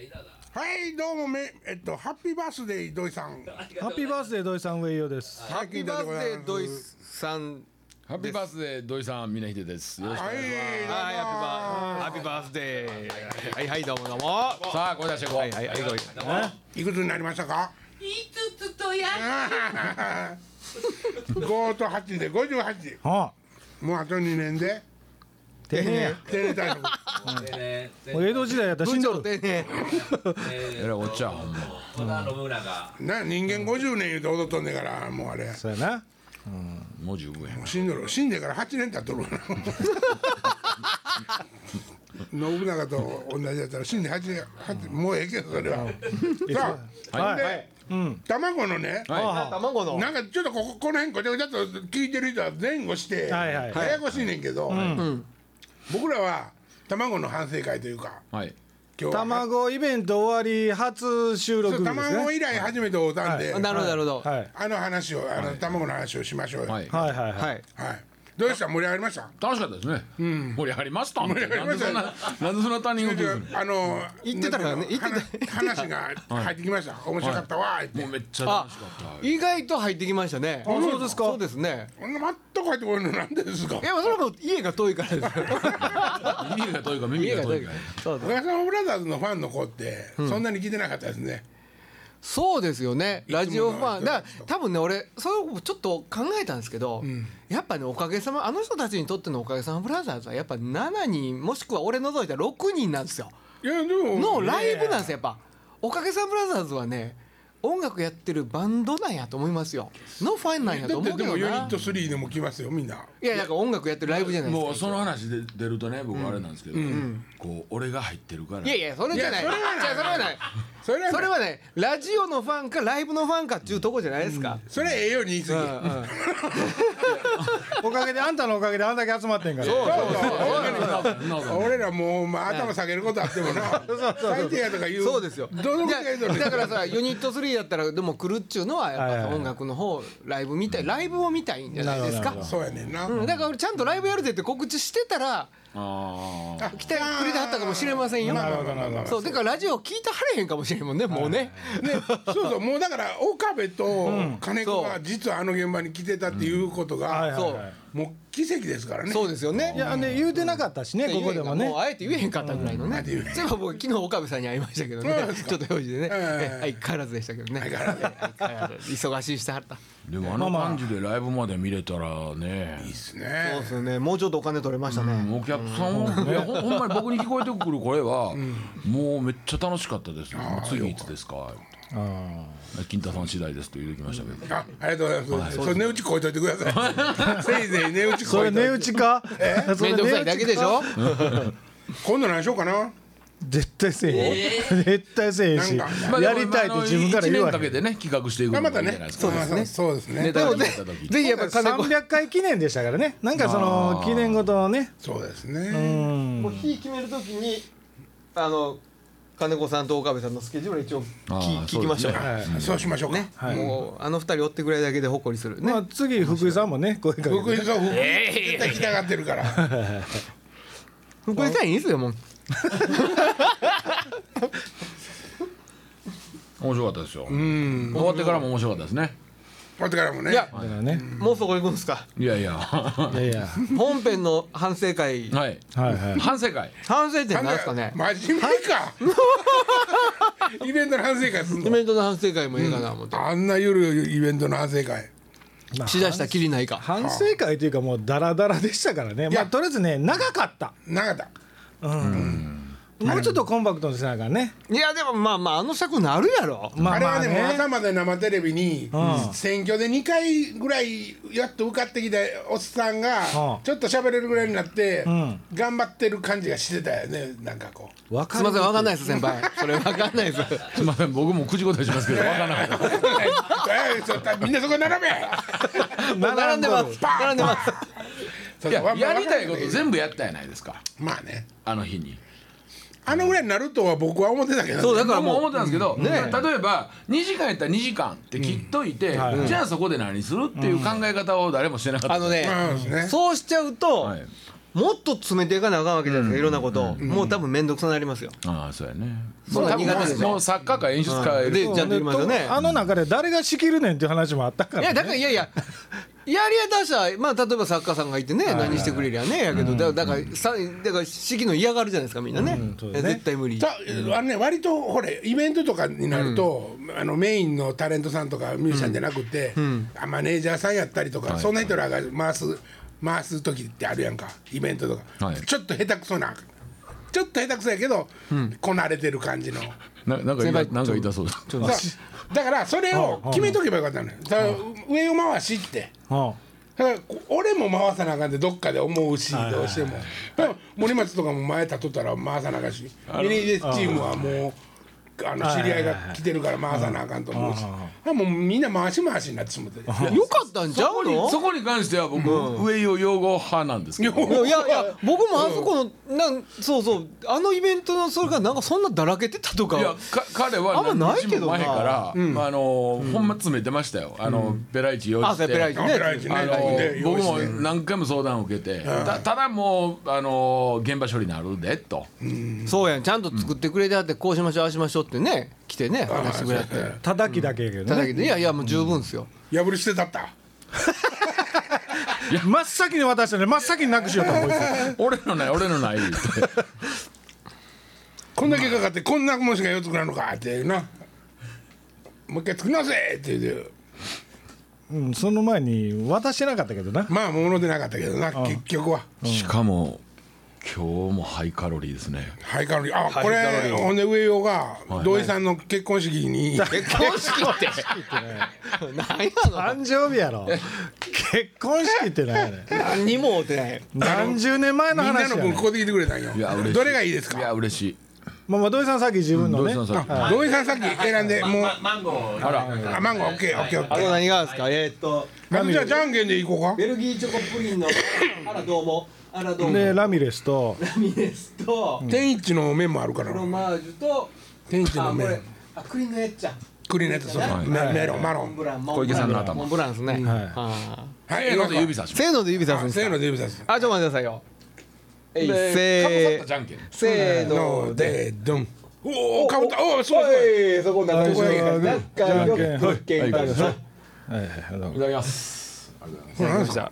はいどうもめえっとハッピーバースデー土井さんハッピーバースデー土井さん上井雄です。ハッピーバースデー土井さん。ハッピーバースデー土井さん、みなひでです。よろしくおは願いしいはい、ハッピーバー、ハッピーバースデー。はいはい、どうもどうも。はます。さあ、声出していこう。いはい、ありがとう。いくつになりましたか5つとや 5と8で58はもうあと2年であ、てめえ定年退職や。もう江戸時代やったら死んどる。でね、えらいおっちゃん、ほん織ま。田信長な人間50年言うて踊っとんねんからもうあれもそうやな。もう十分や。う死んどる死んでから8年経っとるわな信長と同じやったら死んで8年8もうええけどそれはさあはいで、はい卵のね、はいは卵の。なんかちょっとこここの辺こちゃこちゃっと聞いてる人は前後してはいはいややこしいねんけど、僕らは卵の反省会というかはい。今あ日は卵イベント終わり初収そう録ですね。卵以来初めて会うたんで、なるほど、なるほど。はいあの話をあの卵の話をしましょうよ、ははいい。はいはいはい。はい。どうでした盛り上がりました楽しかったですね。盛り上がりましたって。り上がなりんまでしたそんな、なん でそんな他人を気にするあの言ってたからね言ってたた話が入ってきました、面白かったわーって、もうめっちゃあ楽しかった。、意外と入ってきましたね。そうですかそうですね。こんな全く入ってこないのなんでですかいや、それはもう家が遠いからですよ。耳が遠いか耳家がが遠遠いいかからら。。そう小です。笠原ブラザーズのファンの子って、そんなに聞いてなかったですねそうですよね。ラジオファいつもの人ン、だから、多分ね、俺、それをちょっと考えたんですけど。やっぱね、おかげさま、あの人たちにとってのおかげさまブラザーズは、やっぱ七人、もしくは俺除いたら六人なんですよ。いやでものライブなんですよやっぱ「おかげさんブラザーズ」はね音楽やってるバンドなんやと思いますよのファンなんだやとって思うでけもどユニなット3でも来ますよみんないやなんか音楽やってるライブじゃないですかもうその話で出るとね、僕あれなんですけど、こう、俺が入ってるから。いやいやそれじゃないいやそれはないじゃあそれはないそれはそれはねラジオのファンかライブのファンかっていうとこじゃないですか、それはええように言い過ぎうんうんおかげであんたのおかげであんだけ集まってんから。そうそうそんなことない俺らもう、まあ、頭下げることあってもな最低やとか言うそうですよどのいくやらいのだからさユニット3だったらでも来るっちゅうのははいやはっいはぱい音楽の方ライブ見たいライブを見たいんじゃないですなかるほそうやねんな、うんだから俺ちゃんとライブやるぜって告知してたらああ。来てくれてはったかもしれませんよ。なるほどなるほどそうだからラジオ聞いてはれへんかもしれんもんねもうね。 でそうそうもうだから岡部と金子が実はあの現場に来てたっていうことはいはが、いそうはいもう奇跡ですからねそうですよね。いやね言うてなかったしねここでもね。うあえて言えへんかったぐらいのね。 そういえば僕昨日岡部さんに会いましたけどねそうです。かちょっと用事でね。えええ相変わらずでしたけどね。相変わらずええ相変わらず忙しいしてはった。でもあの感じでライブまで見れたらね。ですねすよね。もうちょっとお金取れましたね。お客さんは、いやほんほ んまに僕に聞こえてくる声は、もうめっちゃ楽しかったです、次いつですか金太さん次第ですと言うてきましたけどあありがとうございます、それ値打ち超えといてくださいせいぜい値打ちそ超れえと値い打てちか。そめれ値んど打くちさいだけでしょ。今度何しようかな絶対せえへん。絶対せえへんしなん。やりたいって自分から言わ1年かへけん。てね企画していくあまのもいいたんじゃねないですかそうですねそうですねネでタもをね決めた時にぜひやっぱ金子。 300回記念でしたからね。なんかその記念事のね。そうですね、うん。日決めるときにあの金子さんと岡部さんのスケジュール一応あーそうですねはい。そうしましょうか、ね、もうあの二人追ってくれるだけで誇りするね、まあ次福井さんもね声かけて福井が福井絶対来たがってるから、福井さんいいですよもう面白かったですよ終わってからも面白かったですねこれからもねいやだからね。もうそこ行くんですかいやいや はいやいや。本編の反省会いはいはい。反省会反省点なんですかね真面目 かイベントの反省会すんイのベントの反省会もいいかな思って、あんな夜イベントの反省会まあしだしたらきりないか反省会というかもうダラダラでしたからね。まやあとりあえずね長かった。なかったもうちょっとコンパクトにしなあかんね。いやでもまあまああの尺なるやろまああれまはあね、もうね。朝まで生テレビに、うん選挙で2回ぐらいやっと受かってきたおっさんが、うんちょっと喋れるぐらいになって、ん頑張ってる感じがしてたよねなんかこ うわかすいるませんわかんないです先輩それわかんないですすいません僕も口答えしますけど分からなかったえーそみんなそこ並べ 並んでます並んでますそういやわやりたいこわかんとな全部やったやないですかまあねあの日にあのぐらいになるとは僕は思ってたけどね、そうだから僕もも思っうてたんですけど、例えば2時間やったら2時間って切っといて、じゃあそこで何するっていう考え方を誰もしてなかった、あのね、まあそうですねそうしちゃうと、はいもっと詰めていかなあかんわけじゃないですか、いろんなことを、もう多分面倒くさなりますよ、ああそうやねそうまあ多分苦手ですねもう作家か演出家うんででじゃあね今のねあの中で誰が仕切るねんっていう話もあったから、ね、いやだからいやいややりやったしはまあ例えば作家さんがいてね何してくれりゃねやけどだだからさだから式の嫌がるじゃないですかみんなね,、んそうですね絶対無理たあのね割とほれイベントとかになると、あのメインのタレントさんとかミュージシャンじゃなくて、あマネージャーさんやったりとか、そんな人らが回す回す時ってあるやんかイベントとか、はいちょっと下手くそなちょっと下手くそやけど、こなれてる感じの。ななんか言いたなんか言いたそうだだだからそれを決めとけばよかったのよ、だから上を回しってうんだからこ俺も回さなあかんってどっかで思うしどうしてもでも森松とかも前立っとったら回さなあかんしミニデスチームはもうあの知り合いが来てるから回さなあかんと思うしだからもうみんな回し回しになってしまってよかったんちゃそうこにそのこに関しては僕、上与用語派なんですけどいやいや僕もあそこのなんそうそうあのイベントのそれがなんかそんなだらけてたとかいやか彼はあんまない何日けどもな前から、あのほんま詰めてましたよあの、ペライチ用意あしてそうペライチねペライチねあので用僕意しもて何回も相談を受けて、たただもうあの現場処理になるでと、そうやんちゃんと作ってくれてあってこうしましょうああしましょうってね来てね話してくれはって叩きだけやけどね、ただけでいやいやもう十分ですよ破り捨てたった真っ先に渡したね真っ先になくしようと思い俺のない俺のないってこんだけかかってこんなもんしかよ作らんのかっていうなもう一回作り直せって言うてうん、その前に渡してなかったけどなまあ物でなかったけどな結局は。しかも今日もハイカロリーですねハイカロリーあこれほんで上用が土井さんの結婚式に結婚式って何や誕の生日やろ結婚式ってなんやねん何にも会うてない何十年前のみんな話のや分ねここで来てくれたんよいや嬉しいどれがいいですかいや嬉しいまあまあ土井さんさっき自分のどうね、したのさっきあ土井さんさっき選んでもうまマンゴーあらあマンゴーオッケーオッケーオッあケとー何がですかえーっとまずじゃあじゃんけんでいこうかベルギーチョコプリンのあらどうもあらどうもでララミレスとミレスと天一の麺もあるからフロマージュと天一あのこれ麺あクリーンのやっちゃ栗のやつそうそうはいメメロンマモロンンブラン小池さんの頭モンブランですねはいははいせーので指さいしますせーので指さすんあですせーかので指さすあちょっと待ってくださいよえいでせかぶさったーじゃんけんせーののででドンおおかぶったおおそうそうおいそこ仲良くここや仲良くはいケンカでしょはいはいどうもいただきますありがとうごこれざいま何ですか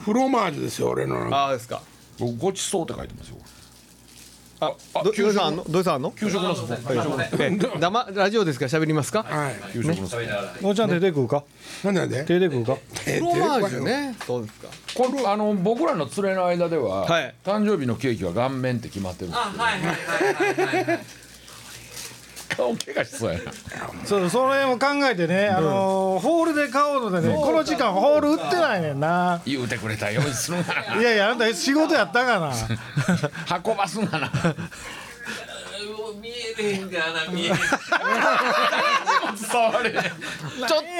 フロマージュですよ俺のなんかあーですかす僕ごちそうって書いてますよあどどうさんあんのどうさんあんの給食のそこすいませんえ生ラジオですから喋りますかはい給食のそこ食べながらおうちゃん手で食うかなんでなんで手で食うかえフロマージュねそうですかこれあの僕らの連れの間では、はい誕生日のケーキは顔面って決まってるんであはいはいはいはいはいす顔怪我しそうやなそうその辺を考えてね、あのーホールで買おうのでねこの時間ホール売ってないねんな言うてくれたようにするがないやいやあんた仕事やったかな運ばすがなもう見えてへんからな見えてへんそれちょっ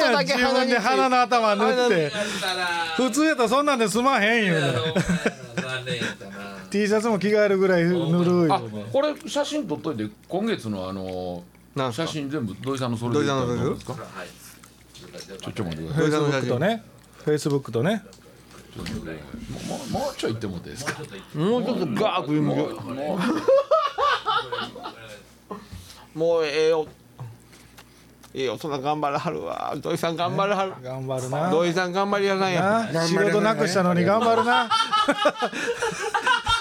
とだけ自鼻分にで鼻の頭塗ってかったら普通やったらそんなんで済まへんよね残念やったな T シャツも着替えるぐらい塗るあよねこれ写真撮っといて今月のあのなんすか写真全部土井さんのそれ土井さんのそれでどうですかはいちょちょ待ってくださフェイ土井さスブんのック写真とねフェイスブックとねいもうもうちょい行ってもらっていいですかもうちょっとガーッ食い向けももうええよええよそんな頑張らはるわ土井さん頑張らはる頑張るな土井さん頑張りやさんやな仕事なくしたのに頑張るな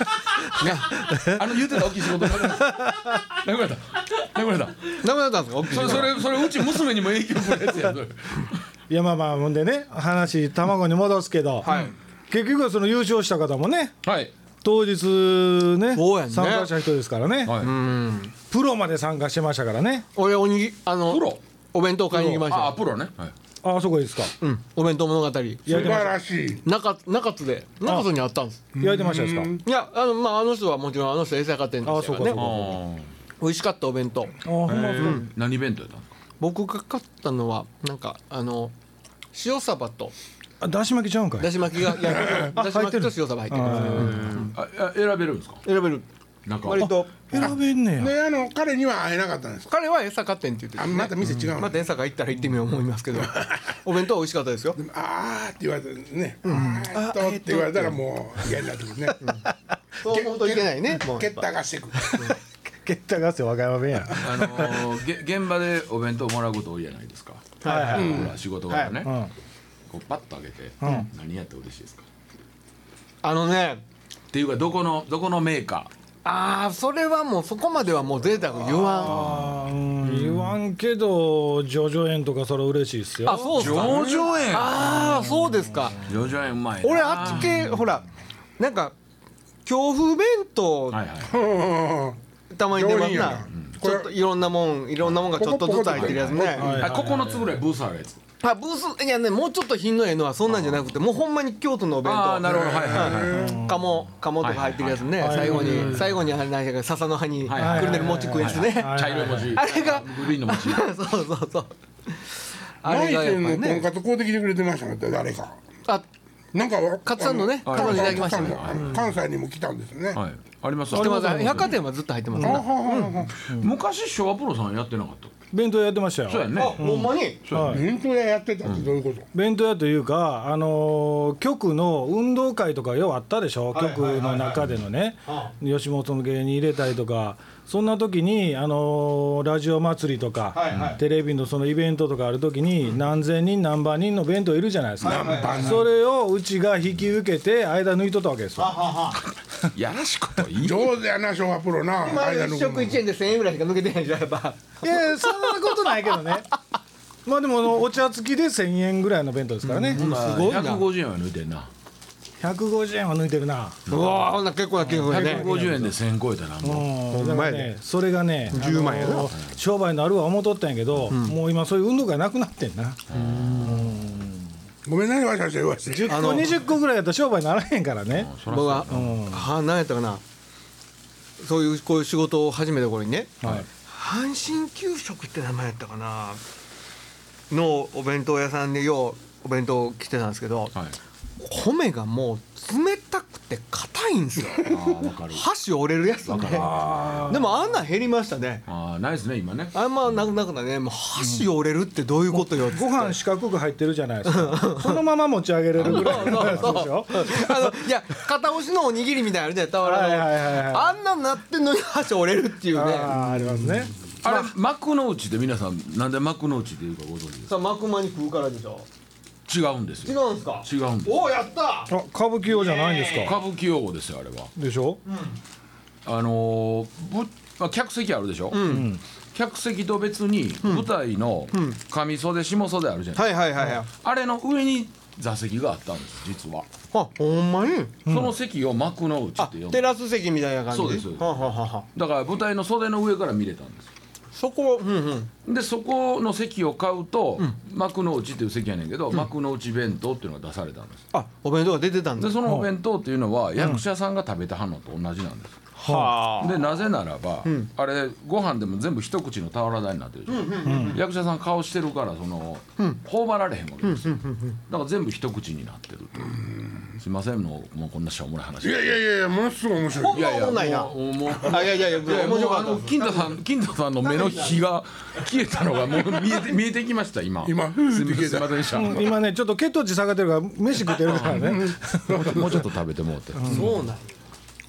うあの言うてた大きい仕事なくなったなくなったなくなったダメだったんですかおっきいそれそれそれうち娘にも影響くるやつやそれいやまあまあほんでね話卵に戻すけど、はい結局はその優勝した方もねはい当日ねそうやんね参加した人ですからね、はいプロまで参加してましたからね俺おにぎあのプロお弁当買いに行きましああたプロねはいああそこですかうんお弁当物語素晴らしい中中津で中津にあったんです焼いてましたですかいやあのまああの人はもちろんあの人は餌買ってんですあかそうらかそうかね美味しかったお弁当あほんまですか何弁当やったの僕が買ったのはなんかあの塩サバとあだし巻きちゃうんかいだし巻きがいやだし入っ巻てきると塩サバ入ってますああ選べるんですか選べるなんか割と選べんねや。であの彼には会えなかったんですか彼は餌買ってんって言ってあて、ね、また店違うの、また餌が行ったら行ってみよう思いますけ どお弁当美味しかったですよあーって言われてね、あーっとって言われたらもう嫌になってくるね、そう思うといけないねもう蹴ったがしてくるケッタガス和歌山弁や。あのーげ現場でお弁当もらうこと多いじゃないですか。はいはい。僕ら仕事柄ね、うん。こうパッと開けて、何やって嬉しいですか。あのねっていうかどこのどこのメーカああそれはもうそこまではもう贅沢言わんあーうん言わんけど上場園とかそれ嬉しいっすよあ。そうでー。すか上園。ああそうですか上場園うまいな。俺あっち系ほらなんか強風弁当はいはい。たまに出上ます品やななちょっといろんなもんいろんなもんがちょっとずつ入ってるやつねはいあここのつぶらいブースあるやつ。あブースいやねもうちょっと品のええのはそんなんじゃなくてもうほんまに京都のお弁ああ当なるほどはいはいはい。カモカモとか入ってるやつねはい最後はにい最後にあれなんやけど笹の葉にくはいはいるねる餅食うやつねはい茶色い文字。あれがグリーンの文字。 そうそうそうあマれイがセやっンぱのとりんねかつ買うてきてくれてましたね誰かあなんかわカツさんのねあカツさんいただきましたカねツさんの関西にも来たんですね、はい。あります。知ってます百貨店はずっと入ってますあはなはは昔ショワプロさんやってなかった。弁当やってましたよ。そうやんね。ほんまにはい。弁当屋やってたってどういうこと、弁当屋というか、あのー局の運動会とかようあったでしょ、局の中でのね、吉本の芸人入れたりとか、そんな時にあのーラジオ祭りとか、テレビのそのイベントとかある時に、何千人、何万人の弁当いるじゃないですか、それをうちが引き受けて、間抜いとったわけですよ。やらしこといい。上手やな昭和プロな今間の一食一円で千円ぐらいしか抜けてないじゃんやっぱいやいやそんなことないけどね、まあでもあの、お茶付きで1000円ぐらいの弁当ですからね、すごいな百五十円は抜いてんな。 150円は抜いてるな。うわーほんな結構な金額やね百五十円で千超えたな。もうほんまやでそれがね10万やな商売になるは思うとったんやけど、もう今そういう運動会なくなってんなごめんなさいわしゃわしゃ言わして10個20個ぐらいやったら商売にならへんからね僕は、は何やったかなそういうこういう仕事を始めた頃にねはい阪神給食って名前やったかなのお弁当屋さんでようお弁当来てたんですけど、はい。米がもう冷たくて硬いんですよああわかる。箸折れるやつねでもあんなん減りましたねああないですね今ね。あんまなくなくなねもう箸折れるってどういうことよってご飯四角く入ってるじゃないですかそのまま持ち上げれる ぐらいのやつでしょあのいや片押しのおにぎりみたいなのあるじゃん俵の、はいはいはいはいあんなんなってんのに箸折れるっていうねあーありますねあれ幕の内で皆さんなんで幕の内っていうかご存知でさあ幕間に食うからでしょす。違うんです違よ。うんすか違うんです。おおやったあ歌舞伎用じゃないんですか歌舞伎用語ですよあれは。でしょあのーぶまあ、客席あるでしょ、客席と別に舞台の上袖下袖あるじゃない、はいはいはいはいあれの上に座席があったんです実は、あほんまにその席を幕の内って呼んテでラス席みたいな感じそうですそうですはあはあはあはあだから舞台の袖の上から見れたんですそこうんうんでそこの席を買うと、幕の内っていう席やねんけど、幕の内弁当っていうのが出されたんですあお弁当が出てたんだでそのお弁当っていうのは役者さんが食べてはんのと同じなんです、はでなぜならば、あれご飯でも全部一口の俵代になってるでしょ、役者さん顔してるからその、頬張られへんわけですよ、だから全部一口になってるという、すいませんもうもうこんなしょうもない話いやいやいやいやものすごい面白いいやいやもうないなもうもうあいやいやいやいやも面白うかあったのです金田さん金田さんの目の火が消えたのがもう見えて見えてきました今今すみませんすいませんでしたうん今ねちょっと血糖値下がってるから飯食ってるからねもうちょっと食べてもうて、そうなんや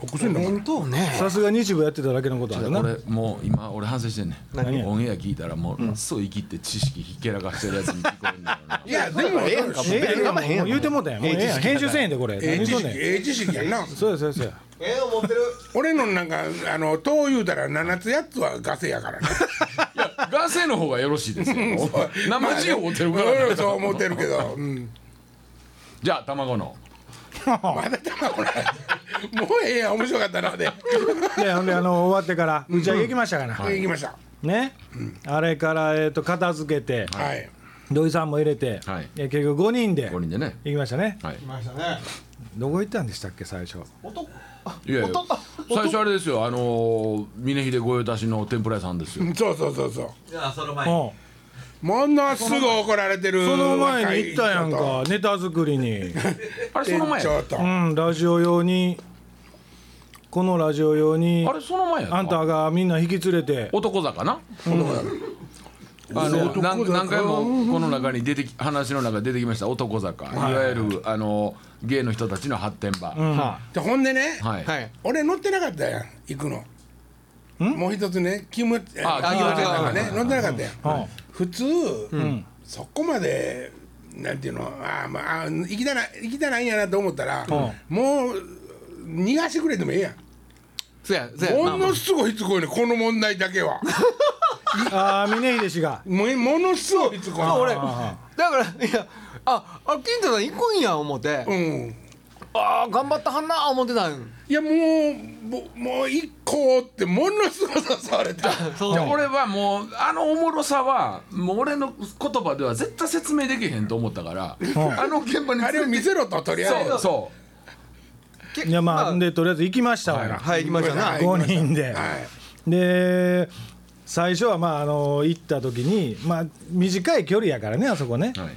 お薬飲まな弁当ねさすが日部やってただけのことあるな俺もう今俺反省してんね何んオンエア聞いたらもう、うそう生きて知識ひけらかしてるやつに聞こえるんだよないやでもええやんかええやんもう言うてもうたやんもうええやん編集せんやでこれええ何し知とん識 ねんええ知識やんなそうやそうやそうやええの持ってる俺のなんかあの糖言うたら7つ8つはガセやからねいやガセの方がよろしいですよ生地を持ってるから、俺もそう思ってるけど、うん、じゃあ卵のまだ卵ないもうええやん面白かったなででほんであの終わってから打ち上げ行きましたから、行きましたね、あれから、えー、と片付けてはい土井さんも入れて、はいえ結局5人で五人でね行きましたねはいましたねどこ行ったんでしたっけ最初男いやいや男最初あれですよあのー峰秀御用達の天ぷら屋さんですよそうそうそうそうじゃあその前にうんものすぐ怒られてるその前に行ったやんかネタ作りに、あれその前ちょっとうん、ラジオ用にこのラジオ用にあれその前やなあんたがみんな引き連れて男坂な、あの何何回もこの中に出てき話の中で出てきました男坂、い、わゆるあの芸の人たちの発展場、はじゃあほんでね、はい、はい俺乗ってなかったやん行くのもう一つねキムああキムチなんかねあ乗ってなかったやん、はい普通、そこまでなんていうのあーまああー行きたない行きたないんやなと思ったら、もう逃がしてくれてもええやんそやそやものすごいしつこいねこの問題だけはああ峰秀氏がもうものすごいしつこいあ俺だからいやああ金太さん行くんや思って、うんああ頑張ったはんな思ってたんいやもうもうもう一個ってものすごさされたそうじゃあ俺はもうあのおもろさはもう俺の言葉では絶対説明できへんと思ったから、あの現場にあれを見せろととりあえずそうそけいやまあ、まあでとりあえず行きましたわ、はい行きましたなはい5人で、はいで最初はまああの行った時にまあ短い距離やからねあそこねう、はい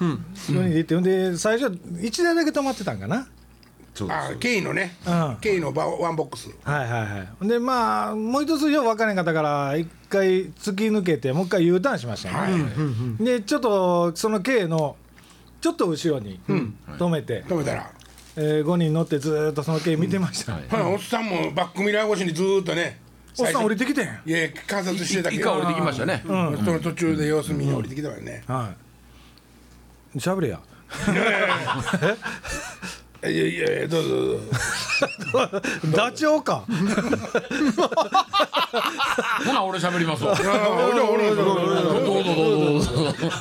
4人で行ってほんで最初1台だけ止まってたんかなそうですあケイのね、うんケイのバワンボックスはいはいはいほんでまあもう一つよう分からへんかったから一回突き抜けてもう一回 U ターンしましたよね、でちょっとその K のちょっと後ろに止めて、止めたら、えー5人乗ってずーっとその K 見てました、はいほなおっさんもバックミラー越しにずーっとねおっさん降りててきてんはいや観察してたいけいどか降りてきましたね、うんその途中で様子見に降りてきたわよね、い喋れ やいやいやいやどうぞどうぞダチョウかほな俺喋りますわああ俺は俺は俺は俺はどうぞどうぞどうぞ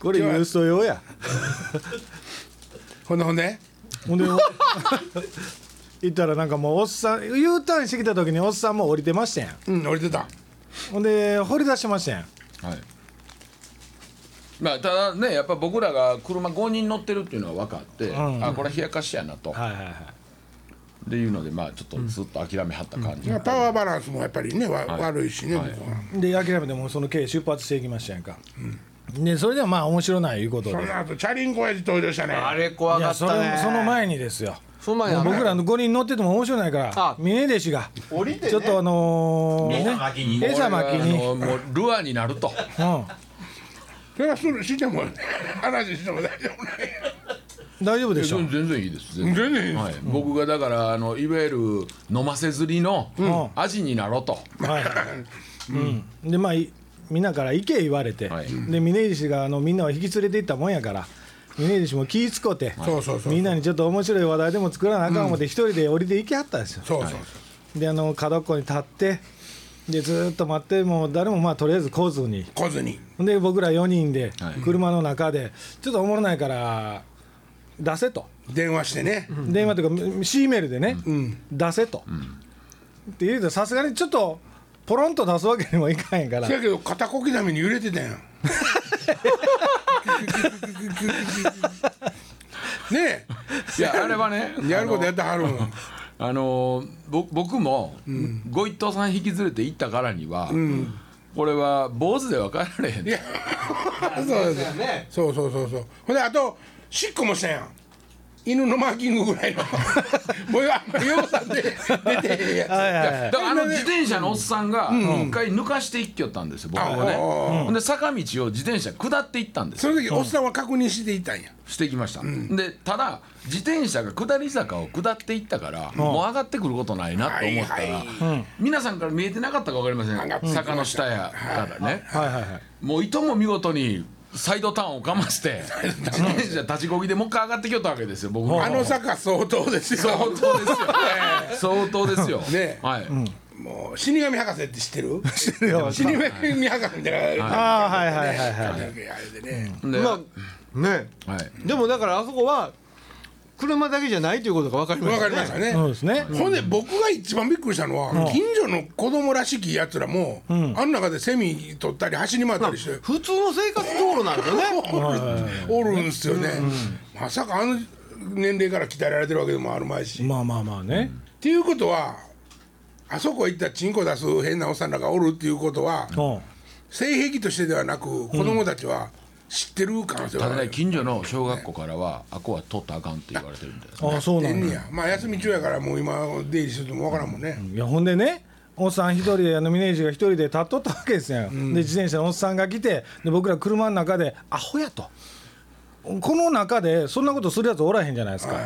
これ郵送用やほんでほんでほんで 行ったらなんかもうおっさん U ターンしてきた時におっさんもう降りてましたやんうん降りてたほんで掘り出してましたやんはい。まあただねやっぱ僕らが車5人乗ってるっていうのは分かって、んあこれは冷やかしやなと、はいはいはいっていうのでまあちょっとずっと諦めはった感じ、まあパワーバランスもやっぱりね、わ悪いしね、はい向こうはで諦めてもうその経営出発していきましたやんか、でそれでもまあ面白ないいうことでその後チャリンコ親父登場したねあれ怖いかやったそれねその前にですよその前もやう僕らの5人乗ってても面白ないからあ峰弟子が降りてねちょっとあのー餌まきにね餌ままきに、うん、もうルアーになるとそれはするしても 話しても大丈夫ない大丈夫でしょ全然いいです全全然いいですはい僕がだからあのいわゆる飲ませ釣りのん味になろうと、はい、うん、でまあいみんなから意見言われて、はいで峰岸があのみんなを引き連れていったもんやから峰岸も気ぃ使うて、そうそうそうみんなにちょっと面白い話題でも作らなあかん思って一人で降りて行きはったんですよ、そうそうそうであの角っこに立ってでずーっと待ってもう誰もまあとりあえず来ずに来ずにで僕ら4人ではい車の中でちょっとおもろないから出せと、電話してね、電話というか C メールでね、ん出せと、って言うとさすがにちょっとポロンと出すわけにもいかへん からせやけど片小刻みに揺れてたやんねいやあれはねえやることやってはるもんあのぼ僕も、ご一頭さん引き連れて行ったからには、これは坊主では帰られへんいやそうですそうそうそうそうほんであとしっこもしたやん犬のマーキングぐらいのもうあんまりようさんで出てへんやつはいはいはいだからあの自転車のおっさんが一回抜かしていっきよったんですよ、僕はねああほんで坂道を自転車下っていったんですそよの時おっさんは確認していたんやしてきました、でただ自転車が下り坂を下っていったから、もう上がってくることないなと思ったら、はい皆さんから見えてなかったか分かりません、がってきました坂の下やからね、はいはいはいもういとも見事にサイドターンをかまして自転車立ちこぎでもう一回上がってきよったわけですよ僕もあの坂相当ですよ相 当ですよ相当ですよ、ねえはい、もう死神博士って知ってる知ってるよ死神博士みたいなああはいはいはいはいあれでねでまあねはいでもだからあそこは車だけじゃないということが分かりまわしかたりましたねねそうですね、ほんで僕が一番びっくりしたのは近所の子供らしきやつらもあん中でセミ取ったり走り回ったりして普通の生活道路なんですよ ね おるんですよね、まさかあの年齢から鍛えられてるわけでもあるまいし、っまあまあまあね、ていうことはあそこ行ったらチンコ出す変なおっさんらがおるっていうことはうん性癖としてではなく子供たちは知ってる可能性はただあねる近所の小学校からはあこは取ったらあかんって言われてるみたいですねあそうなえんんねややまあ休み中やからもう今出入りするともわからんもんね、いやほんでねおっさん一人であのミネージが一人で立っとったわけですよ、で自転車のおっさんが来てで僕ら車の中で「アホや」と。この中でそんなことするやつおらへんじゃないですか。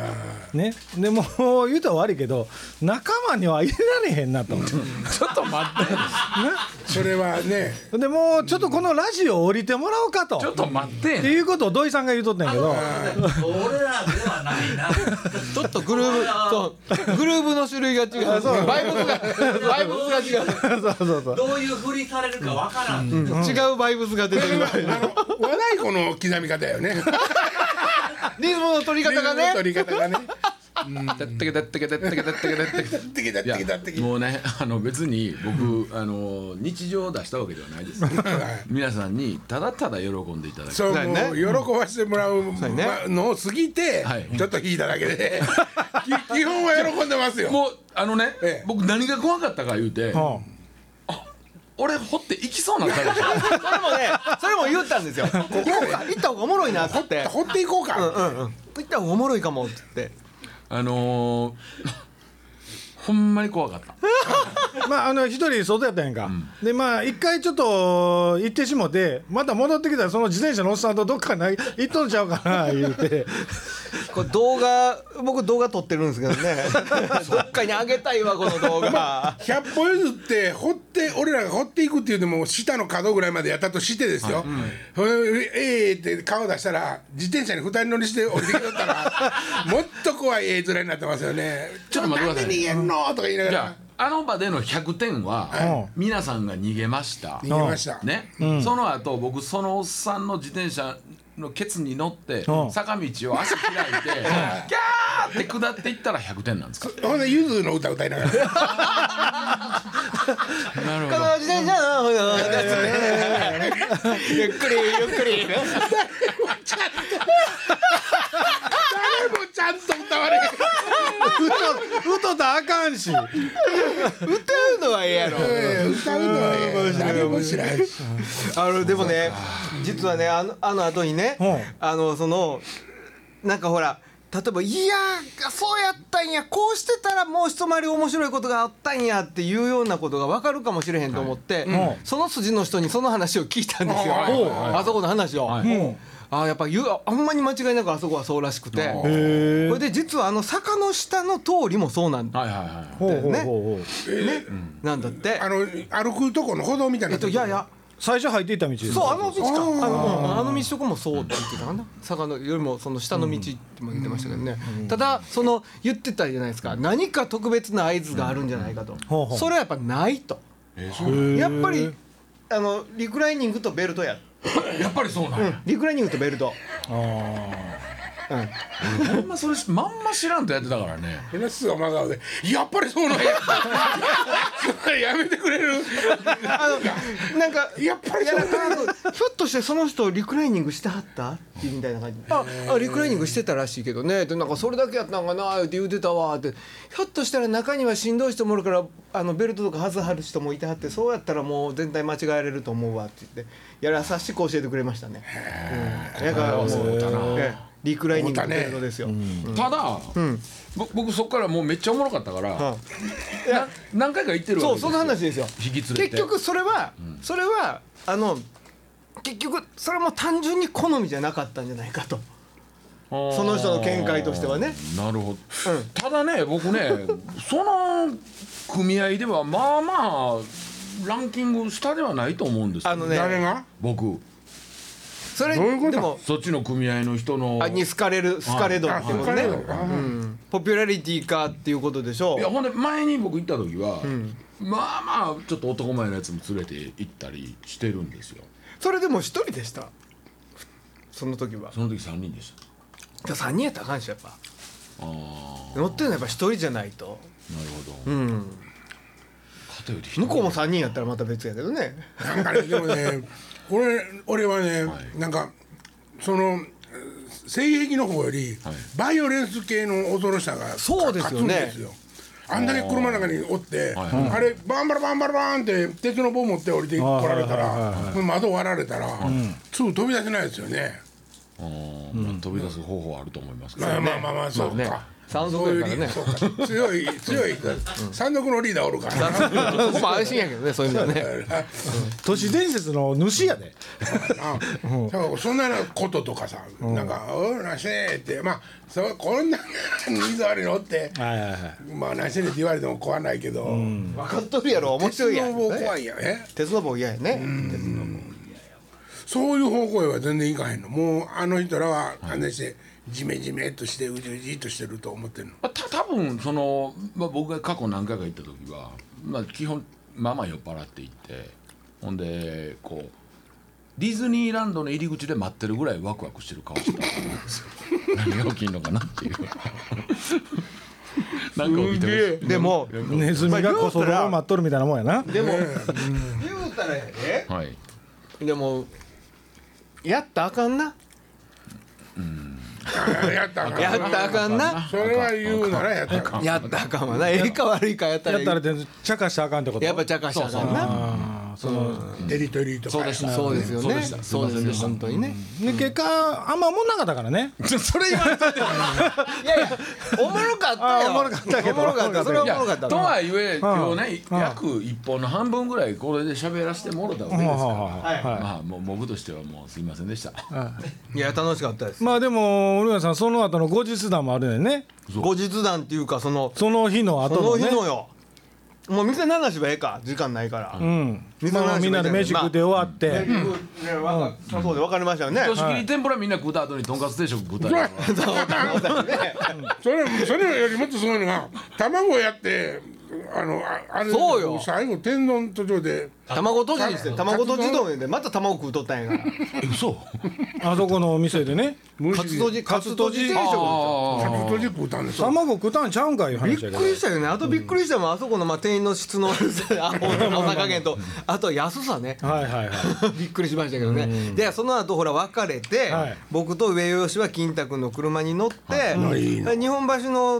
ね、でもう言うたら悪いけど仲間には入れられへんなと。ちょっと待ってそれはねでもうちょっとこのラジオ降りてもらおうかと。ちょっっと待ってていうことを土井さんが言うとったんやけど。俺らではないな。ちょっとグルーブそうグルーブの種類が違うバイブスがバイブスが違うそうそうそう。どういうふりされるかわからん。違うバイブスが出てるあの和太鼓の刻み方よねリズムの取り方がね取り方がねてってけてってけてってけてってけてっててけきたいやてきたてきたもうねあの別に僕あの日常を出したわけではないです皆さんにただただ喜んでいただきそうそうもやうね喜ばしてもらううやねまのを過ぎて、はいちょっと引いただけでき基本は喜んでますよもうあのね、ええ僕何が怖かったか言うて、うん俺掘っていきそうなったでしょそれもねそれも言ったんですよ行こうか行った方がおもろいなってって掘っていこうか、うんうん行った方がおもろいかもって言ってあのー、ほんまに怖かったまああの一人外やったんやんか、でまあ一回ちょっと行ってしもてまた戻ってきたらその自転車のおっさんとどっかな行っとんちゃうか な言うてこれ動画僕動画撮ってるんですけど ねどっかにあげたいわこの動画100歩譲って掘って俺らが掘っていくっていうのも下の角ぐらいまでやったとしてですよ、ほんでええって顔出したら自転車に二人乗りして降りてきとった らもっと怖いええ面になってますよねちょっと待ってくださいなんで逃げんのとか言いながじらゃああの場での100点は、皆さんが逃げました、逃げました、ね、その後僕そのおっさんの自転車のケツに乗って、うん坂道を足開い て、ギャーって下っていったら100点なんですかほんでゆずの歌歌いなが らなるこの自転車のほらゆっくりゆっく り誰もちゃんと歌われへんうとたらあか んし歌うのはええやろええ歌うのはええ誰も知らんしあのでもね実はねあのあの後にね、うあのそのなんかほら例えば「いやーそうやったんやこうしてたらもう一回り面白いことがあったんや」っていうようなことが分かるかもしれへんと思って、んその筋の人にその話を聞いたんですよ、はいはいあそこの話を。はいもあーやっぱ言うあほんまに間違いなくあそこはそうらしくてうこへえれで実はあの坂の下の通りもそうなんだ,、はいはいはいほうほうほうねほうねなんだってあの歩くとこの歩道みたいなえっといやいや最初入っていった道ですそうあの道かあのあの道とかもそうって言ってたかな坂のよりもその下の道っても言ってましたけどね、ただその言ってたじゃないですか何か特別な合図があるんじゃないかと、ほうほうそれはやっぱないと、へえやっぱりあのリクライニングとベルトややっぱりそうなんや、リクライニングとベルトほんまそれまんま知らんとやってたからねみんなすぐ真顔で「やっぱりそう なんや」やめてくれるあのなんかやっぱりいやそうなんかあのひょっとしてその人リクライニングしてはったってみたいな感じでああリクライニングしてたらしいけどねでなんかそれだけやったんかなって言うてたわってひょっとしたら中にはしんどい人もおるからあのベルトとか外はる人もいてはってそうやったらもう全体間違えれると思うわって言ってやら優しく教えてくれましたね。うん、だからもうええリクライニングのベルトですよ。ただ、ぼ僕そこからもうめっちゃおもろかったから、いや何回か行ってるわけそうその話ですよ引き連れて結局それは、それはあの結局それも単純に好みじゃなかったんじゃないかとその人の見解としてはねなるほど、ただね僕ね その組合ではまあまあランキング下ではないと思うんですよあの誰ねが僕それどういうことでもそっちの組合の人のあに好かれる好かれ度っていうことね、うんポピュラリティかっていうことでしょいやうほんで前に僕行った時は、まあまあちょっと男前のやつも連れて行ったりしてるんですよそれでも一人でしたその時はその時3人でした3人やったらあかんしやっぱああな乗ってるのはやっぱ一人じゃないと、るほど、うん、かといって一人向こうも3人やったらまた別やけどねなんかねでもね俺俺はね、はいなんかその性癖の方より、はいバイオレンス系の恐ろしさがそうですよね勝つんですよあんだけ車の中におって、あれバンバラバンバラバンって鉄の棒持って降りてこられたはいはいはいら窓割られたら、すぐ飛び出せないですよね、うんまあ飛び出す方法はあると思いますけどまあまあまあまあそうか、ね山そう賊いうやかリーらねダーそうか強い強い、山賊のリーダーおるからなそこも安心やけどねそういうのはね都市伝説の主やであだからそんなようなこととかさ、なんか「おうなしね」ってまあそうこんな水割りのってはいはいはいまあなしねって言われても怖ないけど、 分かっとるやろ面白いや鉄の棒怖いやんね鉄の棒嫌やね鉄のそういう方向へは全然いかへんのもうあの人らはあんなしてジメジメっとしてうじうじっとしてると思ってるのまあた多分その、まあ、僕が過去何回か行った時は、まあ、基本まあまあ酔っ払って行ってほんでこうディズニーランドの入り口で待ってるぐらいワクワクしてる顔してたと思うんですよ何が起きんのかなっていうなんか起きてるでもネズミがこそどを待っとるみたいなもんやなでも言うたらやではいでもやったらあかんなあやったらあかんやったらあかんなそれは言うならやったらあかんやったらあかんわなええか悪いかやったやらっええたらちゃかしたらあかんってことやっぱちゃかしたらあかんなそのテリトリーとかそうでしたそうですよねそうでしたそうですよ本当にねで結果あんまもん なかったからねそれ言われたいやいやおもろかったよあおもろかったけどおもろかったそれはいおもろかっやたとはいえ今日ねうん約一本の半分ぐらいこれで喋らせてもろたわけですから、 はいはいはいまあもう僕としてはもうすいませんでしたいや楽しかったですまあでも古谷さんその後の後日談もあるよね後日談っていうかそのその日のその後の日ねのよもう店流しばええか時間ないからうん水のまあ話みんなで飯食って終わって、そうそうで分かりましたよね年切り天ぷらみんな食うた後にとんかつ定食食うたらそれそれよりもっとすごいのが卵やってあのああれそうよ最後天丼途中で卵とじにして卵とじどんやでまた卵食うとったんやから嘘あそこのお店でね蒸しカツとじカツとじ定あ食カあツとじ食うたんですよ卵食たんちゃうんかいうび話やけっどくりしたよねあとびっくりしたもんあそこのまあ店員の質のあ おおさ加減とあと安さねはいはいはい びっくりしましたけどねでその後ほら別れて、はい僕と上吉は金太君の車に乗って、いいな日本橋の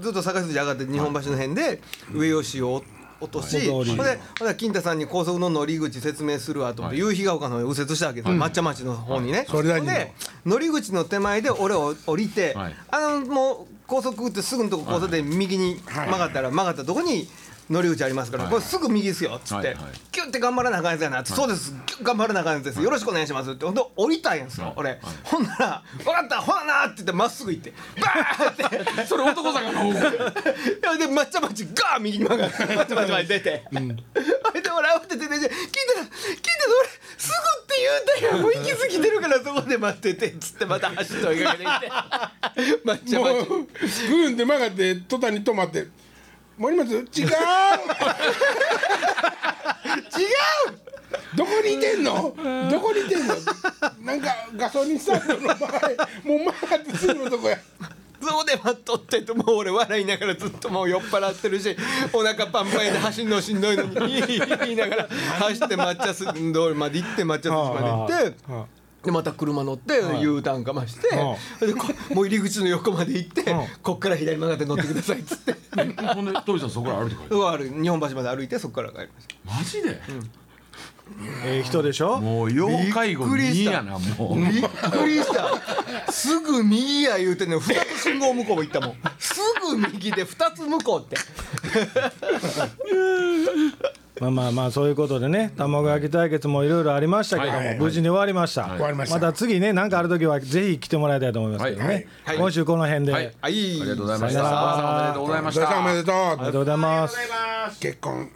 ずっと坂筋上がって日本橋の辺で上吉を落とし、お通りほんでほんで金太さんに高速の乗り口説明するわと思って、夕日が丘の方に右折したわけですよ、抹茶町の方にね、それなりほんにで乗り口の手前で俺を降りて、はいあのもう高速ってすぐのとこ交差点右に曲がったら曲がったとこに乗り口ありますから、はいこれすぐ右ですよっつって、はいはいキュって頑張らなあかんやつやなって、そうですキュッ頑張らなあかんやつです、よろしくお願いしますってほんで降りたんやんすよ、はい俺、はいほんなら「分かったほなな」って言ってまっすぐ行ってバーってあ それ男坂 の方それでまっちゃまちガー右に曲がってまっちゃまちまで出て、あれで笑うって出て聞いたら聞いたら俺すぐって言うたやんもう息づきてるからそこで待っててっつってまた走って追いかけて きてまっちゃもまうちグーンで曲がって途端に止まって「森松違う違うどこにいてんのどこにいてんの?」なんかガソリンスタンドの前もう曲がってすぐのとこやそこで待っとってともう俺笑いながらずっともう酔っ払ってるしお腹パンパンやで走るのしんどいのに 言いながら走って抹茶す通りまで行って抹茶寿司まで行って。でまた車乗って U ターンかまして、はでこもう入り口の横まで行って、うんこっから左曲がって乗ってくださいっつってほんでトビさんそこら歩いて帰るうわある日本橋まで歩いてそこから帰りましたマジで、ええ人でしょもう要介護2やなもうびっくりしたすぐ右や言うてんのに2つ信号向こうも行ったもんすぐ右で2つ向こうってまあまあまあそういうことでね卵焼き対決もいろいろありましたけども、はいはいはい無事に終わりました、終わりましたた次ね何かある時はぜひ来てもらいたいと思いますけどね、はいはい今週この辺で、はいありはいありがとうございましさたよならおばあさんおめでとうございましどうしたたおめでとがうとうございます結婚